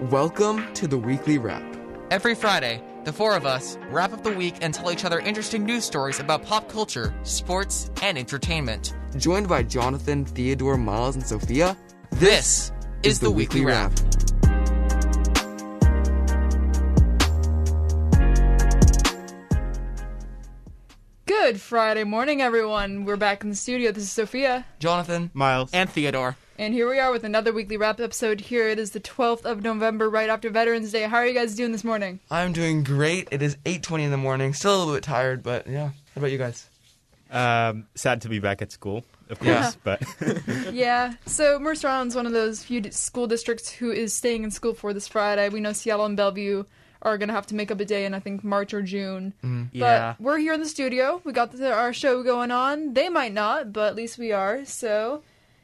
Welcome to the weekly wrap. Every Friday, the four of us wrap up the week and tell each other interesting news stories about pop culture, sports, and entertainment. Joined by Jonathan, Theodore, Miles, and Sophia, This is, the, Weekly Wrap. Good Friday morning, everyone. We're back in the studio. This is Sophia, Jonathan Miles. and Theodore. and here we are with another weekly wrap episode. Here it is, the 12th of November, right after Veterans Day. How are you guys doing this morning? I'm doing great. It is 8:20 in the morning. Still a little bit tired, but yeah. How about you guys? Um, sad to be back at school, of course, Yeah. but yeah. So Mercer Island's one of those few d- school districts who is staying in school for this Friday. We know Seattle and Bellevue are going to have to make up a day in, I think, March or June. Yeah. But we're here in the studio. We got the, our show going on. They might not, but at least we are. So,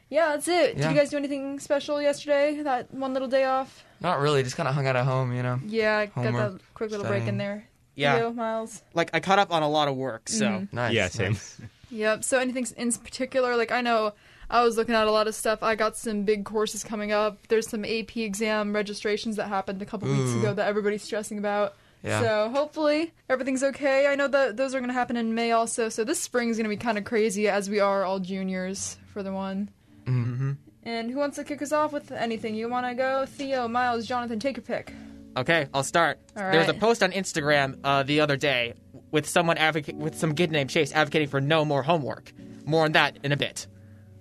yeah, that's it. Yeah. Did you guys do anything special yesterday? That one little day off? Not really. Just kind of hung out at home, you know. Yeah, I got Homework, that quick little break in studying. there. Yeah. Theo, Miles. Like I caught up on a lot of work, so Mm-hmm. Nice. yeah, same. nice. Yep. So anything in particular? Like I know I was looking at a lot of stuff. I got some big courses coming up. There's some AP exam registrations that happened a couple weeks Ooh. ago that everybody's stressing about. Yeah. So hopefully everything's okay. I know that those are going to happen in May also. So this spring's going to be kind of crazy as we are all juniors for the one. Mm-hmm. And who wants to kick us off with anything? You want to go? Theo, Miles, Jonathan, take your pick. okay, I'll start. All There was a right. post on Instagram uh, the other day with someone advoca- with some kid named Chase advocating for no more homework. More on that in a bit.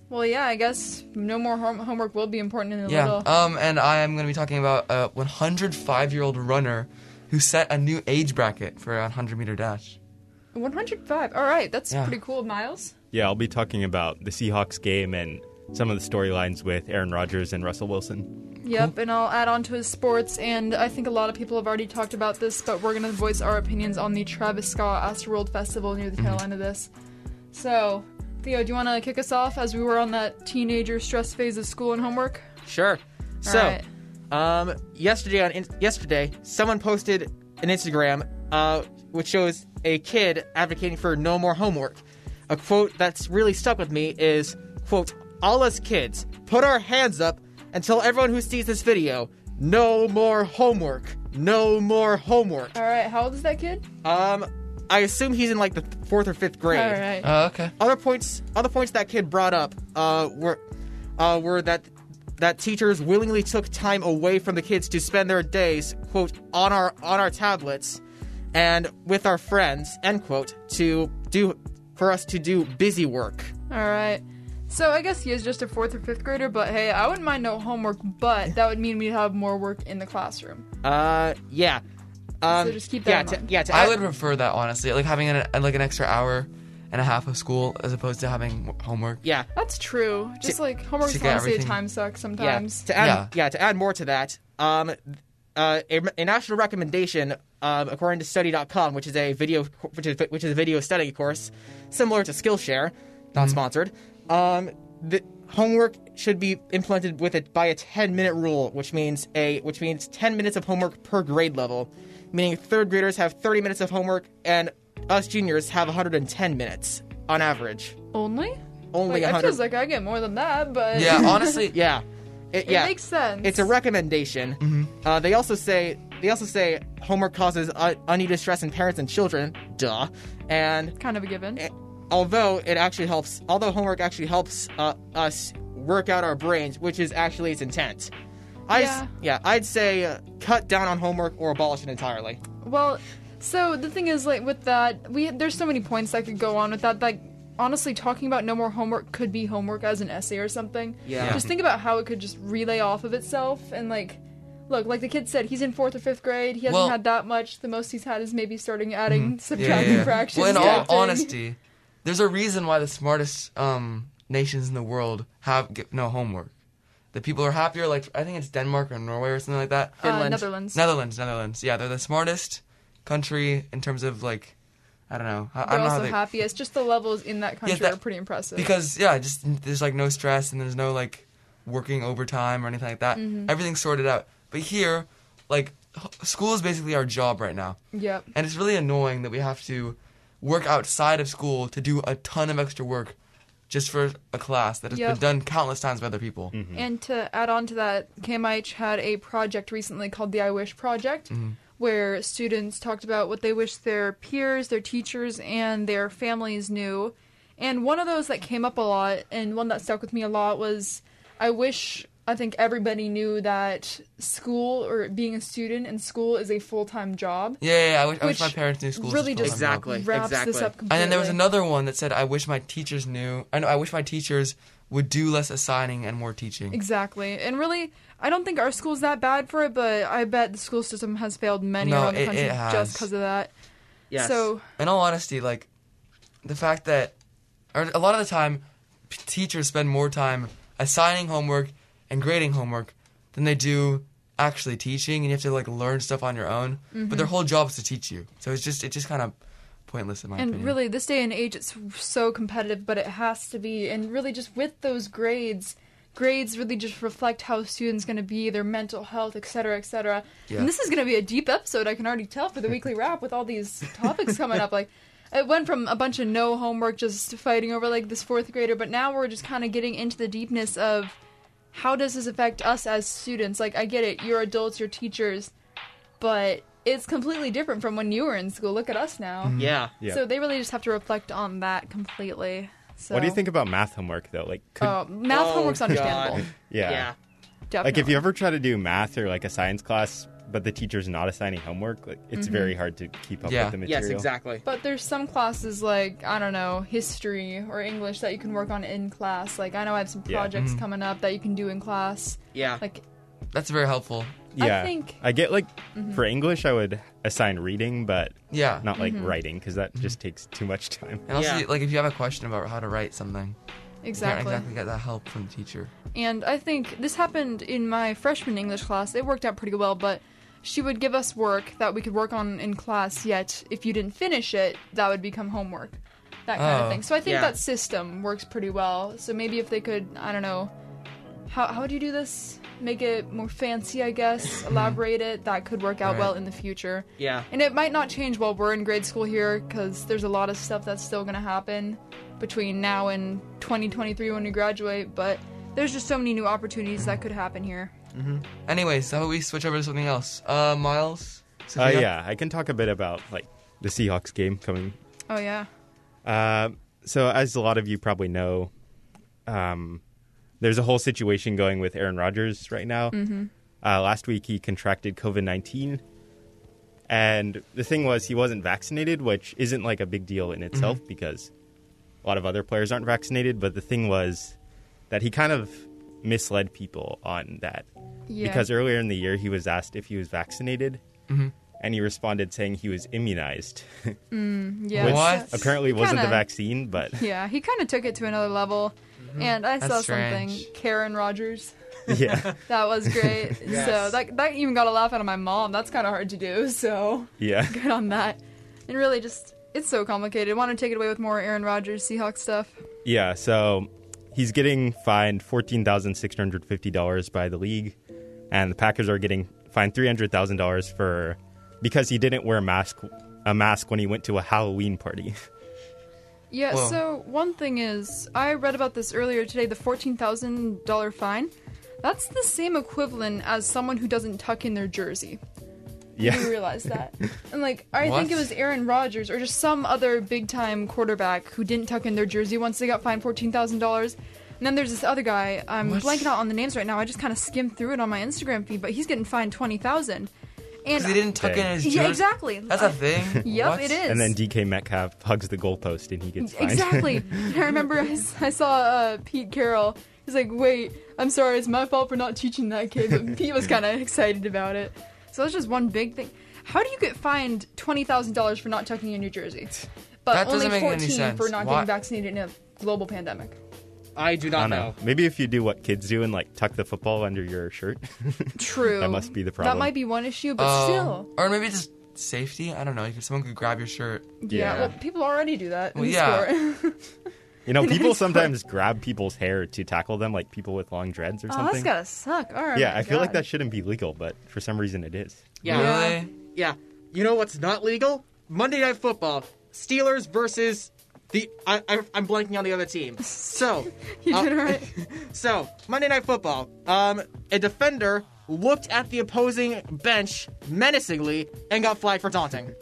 Well, yeah, I guess no more hom- homework will be important in a Yeah. little. Um, and I am going to be talking about a 105-year-old runner who set a new age bracket for a 100-meter dash. 105. All right, that's Yeah. pretty cool, Miles. yeah, I'll be talking about the Seahawks game and some of the storylines with Aaron Rodgers and Russell Wilson. Yep, and I'll add on to his sports. And I think a lot of people have already talked about this, but we're going to voice our opinions on the Travis Scott Astroworld Festival near the Mm-hmm. tail end of this. So, Theo, do you want to kick us off as we were on that teenager stress phase of school and homework? Sure. so, right. um, yesterday on in- yesterday, someone posted an Instagram uh, which shows a kid advocating for no more homework. A quote that's really stuck with me is quote All us kids, put our hands up and tell everyone who sees this video, no more homework, no more homework. All right, how old is that kid? Um, I assume he's in like the th- fourth or fifth grade All right. Oh, okay. other points other points that kid brought up uh, were uh, were that that teachers willingly took time away from the kids to spend their days quote on our on our tablets and with our friends end quote to do for us to do busy work All right. So I guess he is just a fourth or fifth grader, but hey, I wouldn't mind no homework, but that would mean we'd have more work in the classroom. uh yeah um, just keep yeah that in to, mind. yeah to I add- would prefer that honestly, like having an, like an extra hour and a half of school as opposed to having homework. yeah That's true. Just like homework's to get honestly a everything- time suck sometimes. Yeah. To add, Yeah. yeah. to add more to that, um, uh, a, a national recommendation, um, according to study.com, which is a video, which is, which is a video study course, similar to Skillshare, Mm-hmm. not sponsored. Um, the homework should be implemented with it by a 10 minute rule, which means a, which means 10 minutes of homework per grade level, meaning third graders have 30 minutes of homework and us juniors have 110 minutes on average. Only? Only Wait, it 100. feels like I get more than that, but Yeah. Honestly. yeah. It, it yeah. makes sense. It's a recommendation. Mm-hmm. Uh, they also say they also say homework causes uh, unneeded stress in parents and children. Duh. And kind of a given. eh, although it actually helps, although homework actually helps uh, us work out our brains, which is actually its intent. I Yeah. yeah. yeah, I'd say uh, cut down on homework or abolish it entirely. Well, so the thing is, like with that, we there's so many points that could go on with that. Like honestly, talking about no more homework could be homework as an essay or something. Yeah. Just think about how it could just relay off of itself and like. Look, like the kid said, he's in fourth or fifth grade. He hasn't Well- Mm-hmm. had that much. The most he's had is maybe starting adding, Yeah, subtracting yeah, yeah. fractions. Well, in all subtracting. honesty, there's a reason why the smartest um, nations in the world have g- no homework. The people are happier. Like I think it's Denmark or Norway or something like that. uh, Netherlands. Netherlands, Netherlands. Yeah, they're the smartest country in terms of like, I don't know. I, I They're don't know how also they, happiest. Just the levels in that country that- are pretty impressive. because yeah, just there's like no stress and there's no like working overtime or anything like that. Mm-hmm. Everything's sorted out. But here, like, h- school is basically our job right now. yep. And it's really annoying that we have to work outside of school to do a ton of extra work just for a class that has Yep. been done countless times by other people. And to add on to that, KMIH had a project recently called the I Wish Project, Mm-hmm. where students talked about what they wish their peers, their teachers, and their families knew. And one of those that came up a lot, and one that stuck with me a lot, was I wish I think everybody knew that school or being a student in school is a full time job. Yeah, yeah, yeah, I wish, I wish my Which parents knew schools. really was full-time just job. Exactly, wraps this exactly. up completely. And then there was another one that said, "I wish my teachers knew. I know. I wish my teachers would do less assigning and more teaching." Exactly. And really, I don't think our school's that bad for it, but I bet the school system has failed many No, around the it- country it has. just because of that. Yes. So, In all honesty, like the fact that, or a lot of the time, p- teachers spend more time assigning homework and grading homework than they do actually teaching, and you have to like learn stuff on your own. But Mm-hmm. their whole job is to teach you, so it's just it's just kind of pointless in my and opinion. really, this day and age, it's so competitive, but it has to be. And really, just with those grades, grades really just reflect how students going to be, their mental health, et cetera, et cetera. Yeah. And this is going to be a deep episode, I can already tell, for the weekly wrap with all these topics coming up. Like, it went from a bunch of no homework, just fighting over like this fourth grader, but now we're just kind of getting into the deepness of how does this affect us as students? Like, I get it, you're adults, you're teachers, but it's completely different from when you were in school. Look at us now. Mm-hmm. yeah. Yeah. So they really just have to reflect on that completely. So What do you think about math homework though? Like, could, Oh, math Oh, homework's understandable. God. yeah. Yeah. Definitely. Like if you ever try to do math or like a science class, but the teacher's not assigning homework, like it's very hard to keep up Yeah. with the material. Yes, exactly. But there's some classes like I don't know history or English that you can work on in class. Like I know I have some Yeah. Mm-hmm. projects coming up that you can do in class. Yeah. Like That's very helpful. I Yeah, think- I get like for English, I would assign reading, but Yeah. Mm-hmm. not like writing because that just takes too much time. And also, Yeah. like if you have a question about how to write something, you exactly. can't exactly get that help from the teacher. And I think this happened in my freshman English class. It worked out pretty well, but she would give us work that we could work on in class, yet if you didn't finish it, that would become homework. That kind Oh. of thing. So I think Yeah. that system works pretty well. So maybe if they could, I don't know, how, how do you do this? Make it more fancy, I guess, elaborate it. That could work out Right. well in the future. Yeah. And it might not change while we're in grade school here because there's a lot of stuff that's still going to happen between now and 2023 when we graduate, but there's just so many new opportunities that could happen here. Anyways, how about we switch over to something else? Uh, Miles. Uh, Sophia? yeah, I can talk a bit about like the Seahawks game coming Oh, yeah. Um, so, as a lot of you probably know, um, there's a whole situation going with Aaron Rodgers right now. Mm-hmm. Uh, last week, he contracted COVID 19. And the thing was, he wasn't vaccinated, which isn't like a big deal in itself Mm-hmm. because a lot of other players aren't vaccinated. But the thing was that he kind of misled people on that. Yeah. Because earlier in the year, he was asked if he was vaccinated. And he responded saying he was immunized, yeah. Which that's- apparently wasn't the kinda- vaccine, but Yeah, he kind of took it to another level. And I saw Mm-hmm. That's something strange. Karen Rogers. yeah, That was great. So Yes. that, that even got a laugh out of my mom. That's kind of hard to do. So yeah. good on that. And really, just, it's so complicated. Want to take it away with more Aaron Rodgers, Seahawks stuff? Yeah, so he's getting fined fourteen thousand six hundred fifty dollars by the league, and the Packers are getting fined three hundred thousand dollars for because he didn't wear a mask a mask when he went to a Halloween party. Yeah, Whoa. so one thing is, I read about this earlier today the $14,000 fine. That's the same equivalent as someone who doesn't tuck in their jersey. You yeah, realize that. And, like, I What? think it was Aaron Rodgers or just some other big time quarterback who didn't tuck in their jersey once they got fined $14,000. And then there's this other guy. I'm What? blanking out on the names right now. I just kind of skimmed through it on my Instagram feed, but he's getting fined 20000 And Because he didn't tuck in Dang. his jersey. Yeah, exactly. That's a thing. Yep, What? it is. and then DK Metcalf hugs the goalpost and he gets fined. Exactly. I remember I, s- I saw uh, Pete Carroll. He's like, wait, I'm sorry, it's my fault for not teaching that kid. But Pete was kind of excited about it. So that's just one big thing. How do you get fined twenty thousand dollars for not tucking in your jersey, but That only doesn't make any fourteen sense. for not Why- getting vaccinated in a global pandemic? I do I not don't know. know. Maybe if you do what kids do and like tuck the football under your shirt. True. That must be the That problem. might be one issue, but Oh. still. Or maybe just safety. I don't know. If someone could grab your shirt. Yeah. Yeah. Well, people already do that. In Well, the yeah. sport. Oh, you know, people it's fun. sometimes grab people's hair to tackle them, like people with long dreads or oh, that's something. gotta suck. All right. yeah, I feel like God. that shouldn't be legal, but for some reason it is. Yeah. Yeah. Really? Yeah. You know what's not legal? Monday Night Football. Steelers versus The I, I, I'm blanking on the other team. So You uh, did it right. so Monday Night Football. Um, a defender looked at the opposing bench menacingly and got flagged for taunting.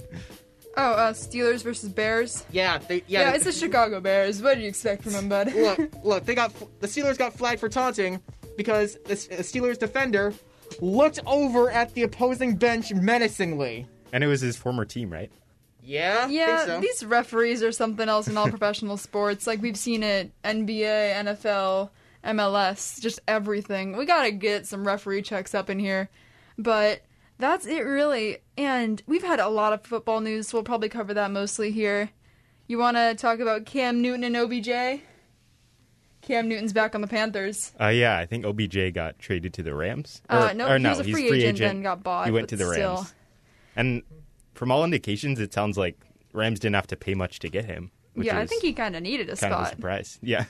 Oh, uh, Steelers versus Bears. Yeah, they, yeah. Yeah, they- it's the Chicago Bears. What do you expect from them, bud? look, look, they got the Steelers got flagged for taunting because the S- the Steelers defender looked over at the opposing bench menacingly. And it was his former team, right? Yeah, Yeah, think so. these referees are something else in all professional sports. Like we've seen it NBA, NFL, MLS, just everything. We gotta get some referee checks up in here. But that's it really. And we've had a lot of football news, so we'll probably cover that mostly here. You wanna talk about Cam Newton and OBJ? Cam Newton's back on the Panthers. Uh, yeah, I think OBJ got traded to the Rams. Uh, Or- no, or he was a he's free agent, then got bought, He went but to the still. Rams. And from all indications, it sounds like Rams didn't have to pay much to get him. Which yeah, I is think he kinda needed a kind of a spot. surprise. Yeah,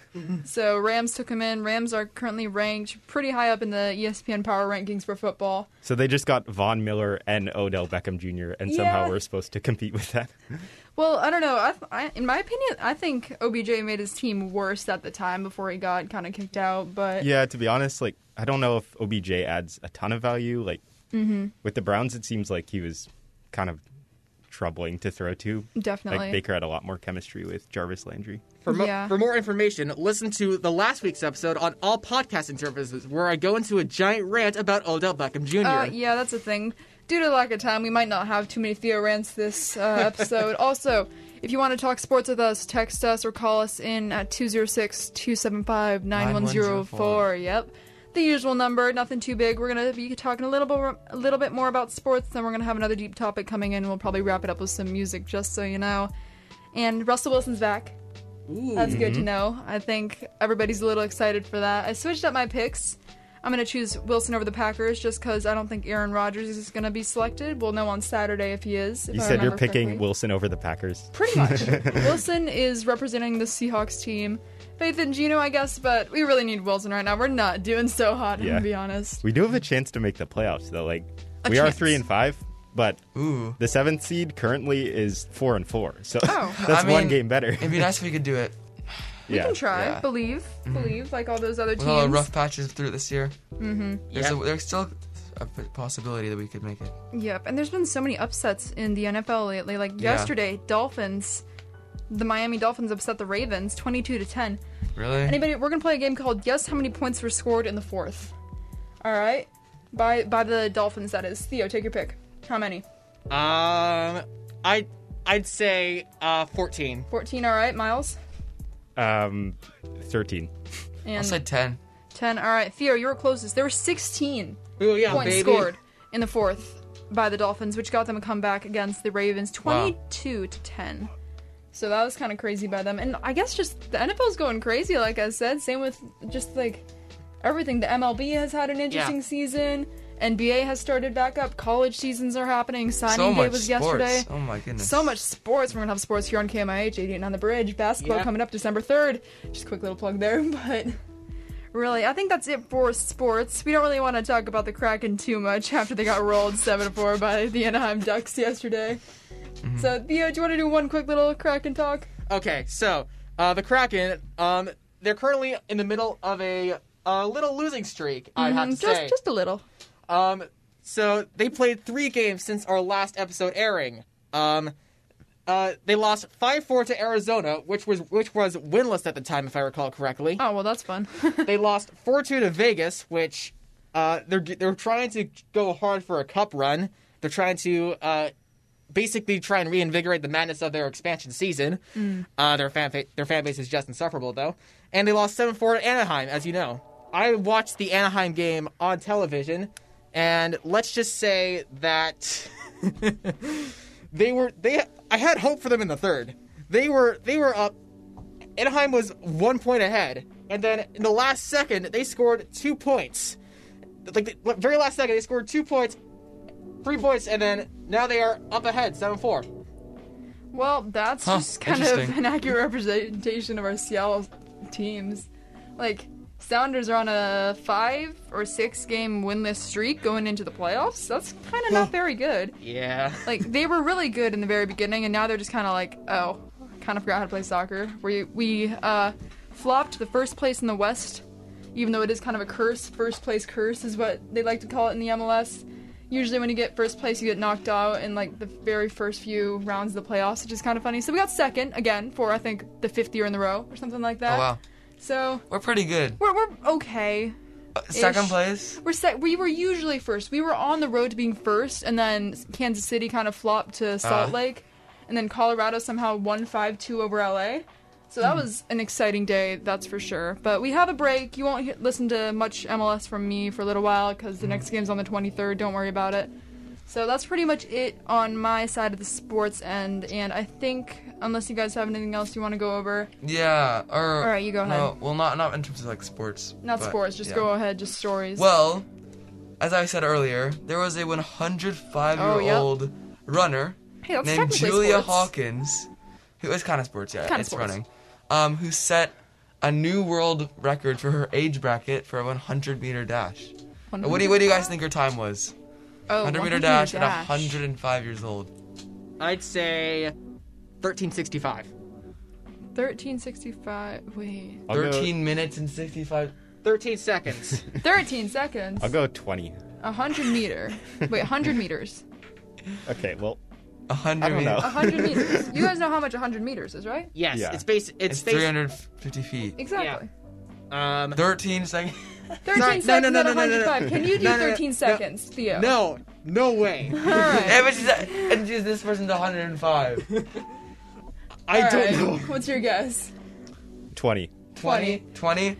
So Rams took him in. Rams are currently ranked pretty high up in the E ESPN power rankings for football. so they just got Von Miller and Odell Beckham Jr. and somehow Yeah. we're supposed to compete with that. Well, I don't know. I, I, in my opinion, I think OBJ made his team worse at the time before he got kind of kicked out. But yeah, to be honest, like I don't know if OBJ adds a ton of value. Like Mm-hmm. with the Browns, it seems like he was kind of troubling to throw to. Definitely. like Baker had a lot more chemistry with Jarvis Landry. For, mo- Yeah. for more information, listen to the last week's episode on all podcasting services, where I go into a giant rant about Odell Beckham Jr. uh, yeah, that's a thing. Due to lack of time, we might not have too many Theo rants this uh, episode. also, if you want to talk sports with us, text us or call us in at 206-275-9104. Yep. The usual number, nothing too big. We're going to be talking a little bit a little bit more about sports, then we're going to have another deep topic coming in. We'll probably wrap it up with some music just so you know. And Russell Wilson's back. That's good Mm-hmm. to know. I think everybody's a little excited for that. I switched up my picks. I'm going to choose Wilson over the Packers just because I don't think Aaron Rodgers is going to be selected. We'll know on Saturday if he is. if You I said you're remember picking correctly. Wilson over the Packers. Pretty much. Wilson is representing the Seahawks team. Faith and Gino, I guess, but we really need Wilson right now. We're not doing so hot, I'm Yeah. to be honest. We do have a chance to make the playoffs, though. Like A we are chance. three and five, but Ooh. the seventh seed currently is four and four. So Oh. that's I mean, one game better. It'd be nice if we could do it. We yeah. Mm-hmm. can try. Yeah. Believe. Believe, like all those other With all the teams. Mm-hmm. rough patches through this year, there's, Yeah. a, there's still a p- possibility that we could make it. Yep, and there's been so many upsets in the NFL lately. Like Yeah. yesterday, Dolphins, the Miami Dolphins upset the Ravens, 22 to 10. Really? Anybody? We're gonna play a game called Guess How Many Points Were Scored in the Fourth. All right, by by the Dolphins. That is Theo. Take your pick. How many? Um, I I'd say uh 14. 14. All right, Miles. Um, thirteen. I And said 10. 10. All right, Theo, you were closest. There were 16 Ooh, yeah, points baby. scored in the fourth by the Dolphins, which got them a comeback against the Ravens, 22 to 10. So that was kind of crazy by them. And I guess just the NFL's going crazy, like I said. Same with just like everything. The MLB has had an interesting season. NBA has started back up. College seasons are happening. Signing So day much was sports. yesterday. Oh my goodness. So much sports. We're gonna have sports here on KMIH 88 on the Bridge. Basketball Yeah. coming up December 3rd. Just a quick little plug there, but really, I think that's it for sports. We don't really want to talk about the Kraken too much after they got rolled 7-4 by the Anaheim Ducks yesterday. Mm-hmm. So Theo, do you want to do one quick little Kraken talk? Okay, so uh, the Kraken, um, they're currently in the middle of a, uh little losing streak. I'd have to Mm, say. just just a little. Um, so they played three games since our last episode airing. Um, uh, they lost five four to Arizona, which was which was winless at the time, if I recall correctly. Oh well, that's fun. They lost four two to Vegas, which uh, they're they're trying to go hard for a cup run. They're trying to uh, basically try and reinvigorate the madness of their expansion season. Uh, their fan fa- their fan base is just insufferable though, and they lost seven four to Anaheim, as you know. I watched the Anaheim game on television, and let's just say that they were they. I had hope for them in the third. They were they were up Anaheim was one point ahead, and then in the last second they scored two points. Like the very last second, they scored two points, three points, and then now they are up ahead, seven four. Well, that's Huh, just kind of interesting. an accurate representation of our Seattle teams. Like, Sounders are on a five or six game winless streak going into the playoffs. That's kind of not very good. Yeah, Like, they were really good in the very beginning, and now they're just kind of like, oh, kind of forgot how to play soccer. We we uh, flopped the first place in the West, even though it is kind of a curse. First place curse is what they like to call it in the MLS. Usually, when you get first place, you get knocked out in like the very first few rounds of the playoffs, which is kind of funny. So we got second again for I think the fifth year in a row or something like that. Oh wow, So we're pretty good. we're we're okay. Uh, Second Ish. place. We're sec- we were usually first. We were on the road to being first, and then Kansas City kind of flopped to Salt Uh. Lake, and then Colorado somehow won 5 2 over LA. So Hmm. that was an exciting day, that's for sure. But we had a break. You won't he- listen to much MLS from me for a little while because the Hmm. next game's on the 23rd. Don't worry about it. So that's pretty much it on my side of the sports end. And I think, unless you guys have anything else you want to go over, Yeah. Or All right, you go No, ahead. well, not not in terms of like sports. not but, sports, just yeah. go ahead, just stories. Well, as I said earlier, there was a 105 year Oh, yeah. old runner hey, that's named technically Julia sports. Hawkins, who is kind of sports, yeah, Kinda it's sports. running, um, who set a new world record for her age bracket for a 100 meter dash. What do you, what do you guys think her time was? Oh, 100 meter dash, at 105 years old. I'd say 1365. 1365. Wait. I'll go- 13 minutes and 65. 13 seconds. 13 seconds. I'll go 20. 100 meter. Wait, 100 meters. Okay, well, 100 I don't meters. know. 100 meters. You guys know how much 100 meters is, right? Yes, Yeah. it's based. It's, It's based. 350 feet. Exactly. Um, 13 seconds. 13 Sorry, no, seconds no, no, at no, no, no, no. 105. Can you do No, no, no, 13 no. seconds, Theo? no, no way. All right. And which is- and just this person's 105. I All don't right. know. What's your guess? 20. 20. 20?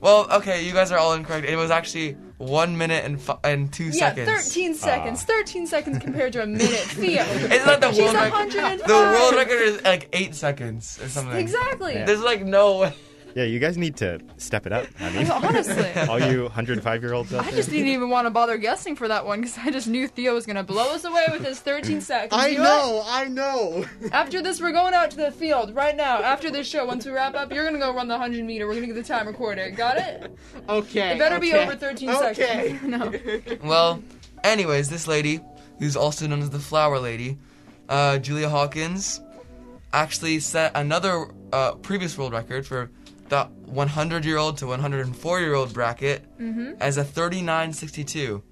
Well, okay, you guys are all incorrect. It was actually 1 minute and, fi- and 2 Yeah, seconds. 13 Ah. seconds. 13 seconds compared to a minute. Theo. It's not the She's world record. 105. The world record is like 8 seconds or something. Exactly. There's like no way. Yeah, you guys need to step it up. I mean, Honestly. all you 105 year olds out I there. just didn't even want to bother guessing for that one because I just knew Theo was going to blow us away with his 13 seconds. I You what? know, I know. After this, we're going out to the field right now. After this show, once we wrap up, you're gonna go run the hundred meter. We're gonna get the time recorded. Got it? Okay. It better be okay. over 13 Okay. seconds. No. Well, anyways, this lady, who's also known as the Flower Lady, uh, Julia Hawkins, actually set another uh, previous world record for the 100 year old to 104 year old bracket Mm-hmm. as a 39.62.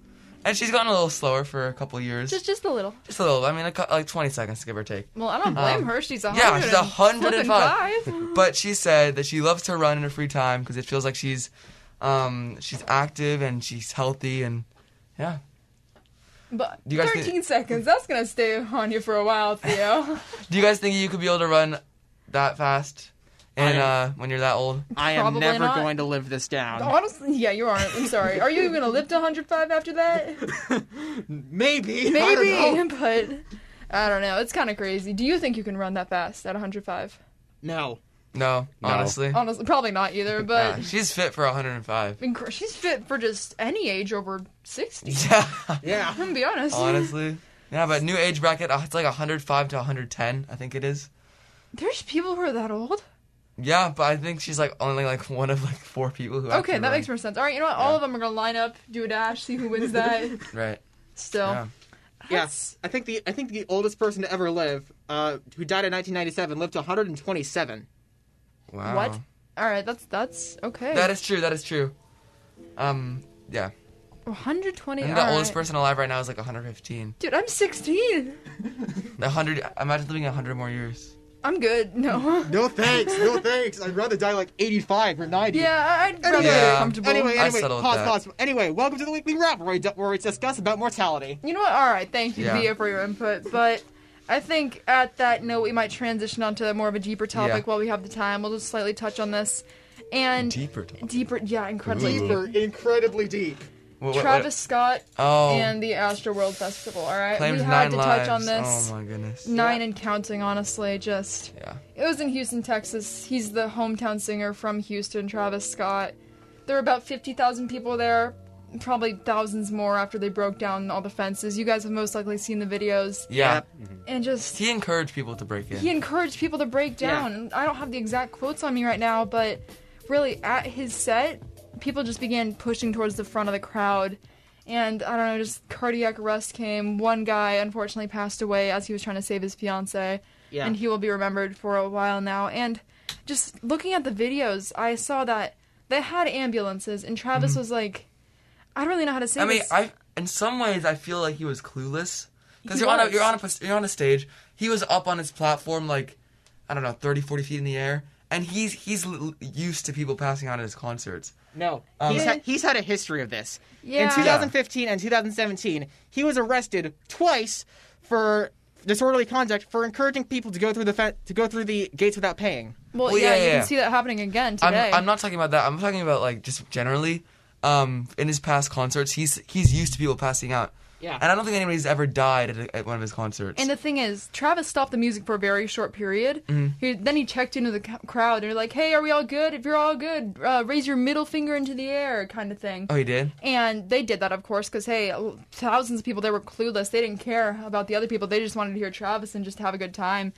And she's gotten a little slower for a couple years. Just, Just, just a little. a little. I mean, a, cou- like 20 seconds, give or take. Well, I don't blame Um, her. She's a yeah, hundred. she's a hundred and and five. five. But she said that she loves to run in her free time because it feels like she's, um, she's active and she's healthy and, yeah. But Do you guys 13 think- seconds. That's gonna stay on you for a while, Theo. Do you guys think you could be able to run that fast? And uh, when you're that old, I am Probably never not. going to live this down. Honestly, yeah, you aren't. I'm sorry. Are you even gonna live to 105 after that? Maybe. I don't Maybe, know. but I don't know. It's kind of crazy. Do you think you can run that fast at 105? No. no, honestly, Honestly, probably not either. Yeah, But she's fit for 105. I mean, cr- she's fit for just any age over 60. Yeah, Yeah. I'm gonna be honest. honestly, yeah. But new age bracket, uh, it's like 105 to 110, I think it is. There's people who are that old. Yeah, but I think she's like only like one of like four people who. okay, that makes more sense. All right, you know what? All of them are gonna line up, do a dash, see who wins that. sense. Right. Still, Yeah. Yes. I think the I think the oldest person to ever live, uh, who died in 1997, lived to 127. Wow. what? All right, that's that's okay. That is true. That is true. Um. Yeah. 120. I think all the oldest right. person alive right now is like 115. Dude, I'm 16. 100. Imagine living 100 more years. I'm good. No. No thanks. No thanks. I'd rather die like 85 or 90. yeah, I- I'd rather Anyway, be Yeah. comfortable. anyway, I anyway, settled pause, that. pause. Anyway, welcome to the weekly wrap, where we, d- where we discuss about mortality. You know what? All right, thank you, Yeah. Via, for your input. But I think at that note, we might transition onto more of a deeper topic Yeah. while we have the time. We'll just slightly touch on this. And Deeper. Talk. deeper yeah, incredibly deep. Deeper, incredibly deep. What- what- what- Travis Scott Oh. and the Astroworld Festival. All right, claimed we nine had to lives. touch on this. Oh my goodness. Nine Yeah. and counting, honestly, just Yeah. it was in Houston, Texas. He's the hometown singer from Houston, Travis Scott. There were about fifty thousand people there, probably thousands more after they broke down all the fences. You guys have most likely seen the videos, Yeah. Yep. and just He encouraged people to break in. he encouraged people to break down. And I don't have the exact quotes on me right now, but really at his set, people just began pushing towards the front of the crowd. And I don't know, just cardiac arrest came. One guy unfortunately passed away as he was trying to save his fiance. Yeah. and he will be remembered for a while now. And just looking at the videos, I saw that they had ambulances, and Travis was like, "I don't really know how to say Mm-hmm. I mean, this." I in some ways I feel like he was clueless because He you're on a was. you're on a pos- you're on a stage. He was up on his platform like I don't know 30, 40 feet in the air, and he's he's l- used to people passing out at his concerts. No, he's, Yeah. ha- he's had a history of this. Yeah. In 2015 and 2017, he was arrested twice for disorderly conduct for encouraging people to go through the fe- to go through the gates without paying. well, well, yeah, yeah, you yeah. can see that happening again I'm today. I'm not talking about that. I'm talking about like just generally. Um, in his past concerts, he's he's used to people passing out. Yeah. and I don't think anybody's ever died at, a, at one of his concerts. And the thing is, Travis stopped the music for a very short period. Mm-hmm. He, then he checked into the c- crowd and like, "Hey, are we all good? If you're all good, uh, raise your middle finger into the air," kind of thing. oh, he did. And they did that, of course, because hey, thousands of people they were clueless. They didn't care about the other people. They just wanted to hear Travis and just have a good time.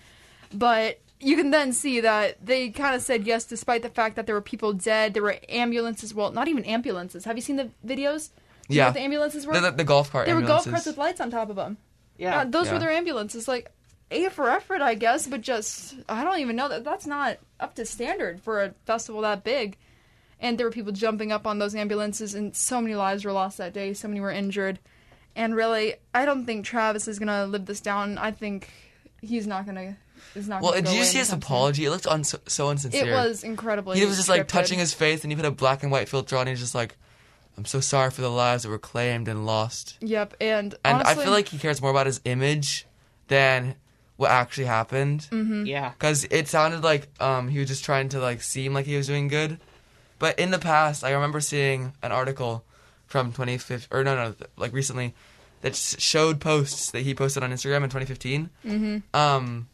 But you can then see that they kind of said yes, despite the fact that there were people dead. There were ambulances. Well, not even ambulances. Have you seen the videos? Do you know Yeah. what the ambulances were. The, the, the golf cart. they were golf ambulances. carts with lights on top of them. Yeah, Uh, those were Yeah. their ambulances. Like, A for effort, I guess, but just, I don't even know that that's not up to standard for a festival that big. And there were people jumping up on those ambulances, and so many lives were lost that day. So many were injured. And really, I don't think Travis is going to live this down. I think he's not going to. Is not Well, gonna did go you away see his anytime soon. apology? It looked un- so, so insincere. It was incredibly. He was just like scripted. touching his face, and he put a black and white filter on. And he's just like, "I'm so sorry for the lives that were claimed and lost." Yep, and And honestly, I feel like he cares more about his image than what actually happened, yeah. because it sounded like um, he was just trying to like seem like he was doing good. But in the past, I remember seeing an article from 2015, or no, no, th- like recently, that s- showed posts that he posted on Instagram in 2015. Um,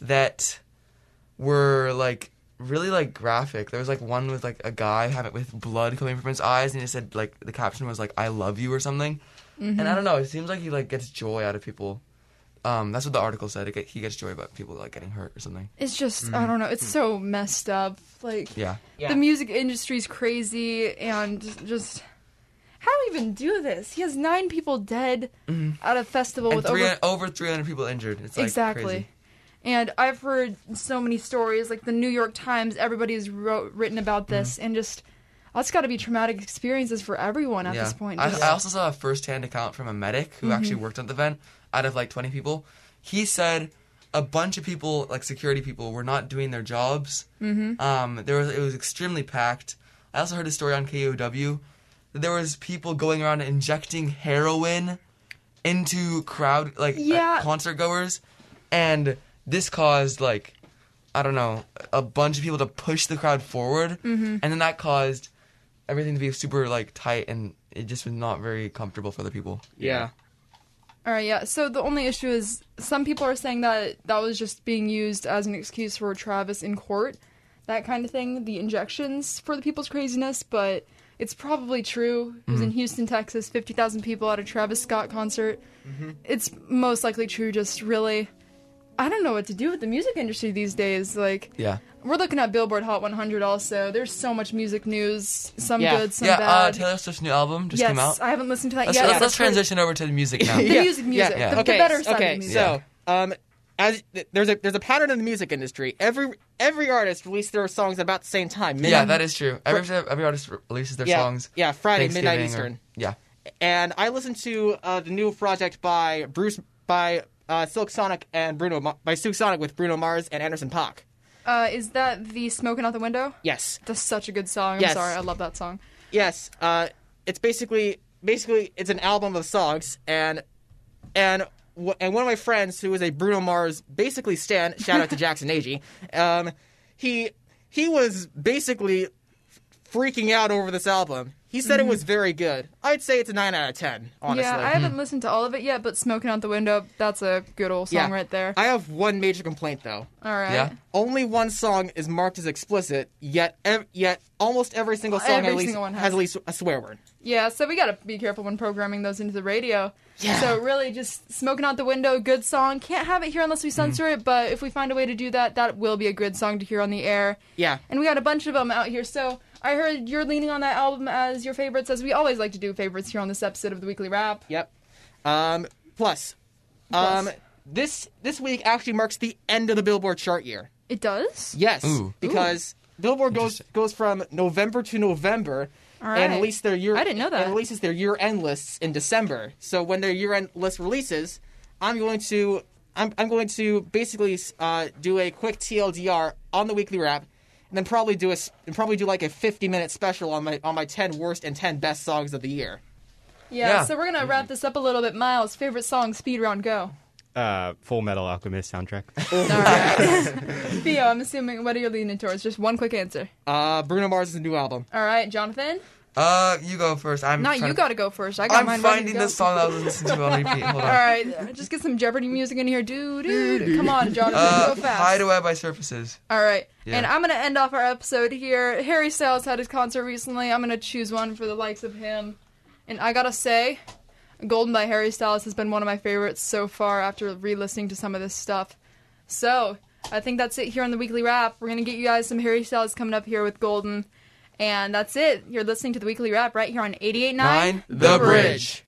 that were like really like graphic. There was like one with like a guy having with blood coming from his eyes, and he said like the caption was like "I love you" or something. And I don't know. It seems like he like gets joy out of people. Um, that's what the article said. It get, he gets joy about people like getting hurt or something. it's just Hmm. I don't know. It's so messed up. Like Yeah. Yeah. the music industry's crazy and just how do we even do this? He has nine people dead at a festival Mm-hmm. And with three, over over, 300 people injured. It's like exactly. crazy. And I've heard so many stories, like the New York Times. Everybody's wrote, written about this, Mm. and just that's got to be traumatic experiences for everyone at yeah. this point. I, just- I also saw a first-hand account from a medic who actually Mm-hmm. worked at the event. Out of like 20 people, he said a bunch of people, like security people, were not doing their jobs. Mm-hmm. Um, there was it was extremely packed. I also heard a story on KOW that there was people going around injecting heroin into crowd like Yeah. concert goers, and this caused like I don't know, a bunch of people to push the crowd forward, Mm-hmm. and then that caused everything to be super like tight, and it just was not very comfortable for the people. yeah. All right, yeah. So the only issue is some people are saying that that was just being used as an excuse for Travis in court, that kind of thing, the injections for the people's craziness, but it's probably true. It was in Mm-hmm. Houston, Texas, 50,000 people at a Travis Scott concert. Mm-hmm. It's most likely true, just really. I don't know what to do with the music industry these days. Like, Yeah, we're looking at Billboard Hot 100 also. There's so much music news, some Yeah. good, some yeah. Uh, bad. Taylor Swift's new album just yes, came out. I haven't listened to that Let's, yet. let's, That's let's pretty- transition over to the music now. The music, music, Yeah. the, the okay, better side okay, of music. so um, as th- there's a there's a pattern in the music industry. Every every artist released their songs about the same time. yeah, midnight- that is true. Every every artist re- releases their yeah, songs. Yeah, Friday midnight Thanksgiving or- Eastern. yeah, And I listened to uh, the new project by Bruce by uh, Silk Sonic and Bruno Ma- by Silk Sonic with Bruno Mars and Anderson Paak. Uh, is that the smoking out the window? Yes, That's such a good song. I'm Yes. sorry, I love that song. yes. Uh, it's basically basically it's an album of songs and and w- and one of my friends who is a Bruno Mars basically stan shout out to Jackson Agee, um, he he was basically freaking out over this album. He said it was very good. I'd say it's a nine out of ten. Honestly, Mm-hmm. Yeah, I haven't listened to all of it yet, but smoking out the window, that's a good old song Yeah. right there. I have one major complaint though. all right. yeah. Only one song is marked as explicit, yet ev- yet almost every single song Every at least, single one has. at least a swear word. Yeah, so we gotta be careful when programming those into the radio. Yeah. So really, just smoking out the window, good song. Can't have it here unless Mm-hmm. we censor it, but if we find a way to do that, that will be a good song to hear on the air. Yeah. And we got a bunch of them out here. So I heard you're leaning on that album as your favorites, as we always like to do favorites here on this episode of the Weekly Wrap. Yep. Um, plus, um, this this week actually marks the end of the Billboard chart year. It does? Yes, Ooh. because Billboard goes goes from November to November All and right. release their year. I didn't know And that. releases their year end lists in December. So when their year end list releases, I'm going to I'm I'm going to basically uh, do a quick TLDR on the weekly wrap. And then probably do a s- and probably do like a 50 minute special on my on my 10 worst and 10 best songs of the year. Yeah, Yeah. so we're going to wrap this up a little bit. Miles, favorite song, speed round, go. Uh, Full Metal Alchemist soundtrack. All right. Theo, I'm assuming, what are you leaning towards? Just one quick answer. Uh, Bruno Mars' new album. All right, Jonathan? Uh, you go first. I'm Not trying you to- got to go first. I got I'm mine ready to finding go. this song that I was listening to on repeat. Hold on. All right, just get some Jeopardy music in here. Dude, dude. Come on, Jonathan, Uh, go fast. Hideaway by Surfaces. All right. Yeah. And I'm going to end off our episode here. Harry Styles had his concert recently. I'm going to choose one for the likes of him. And I got to say, Golden by Harry Styles has been one of my favorites so far after re listening to some of this stuff. So I think that's it here on the weekly wrap. We're going to get you guys some Harry Styles coming up here with Golden. And that's it. You're listening to the weekly wrap right here on 88.9 Nine. The Bridge.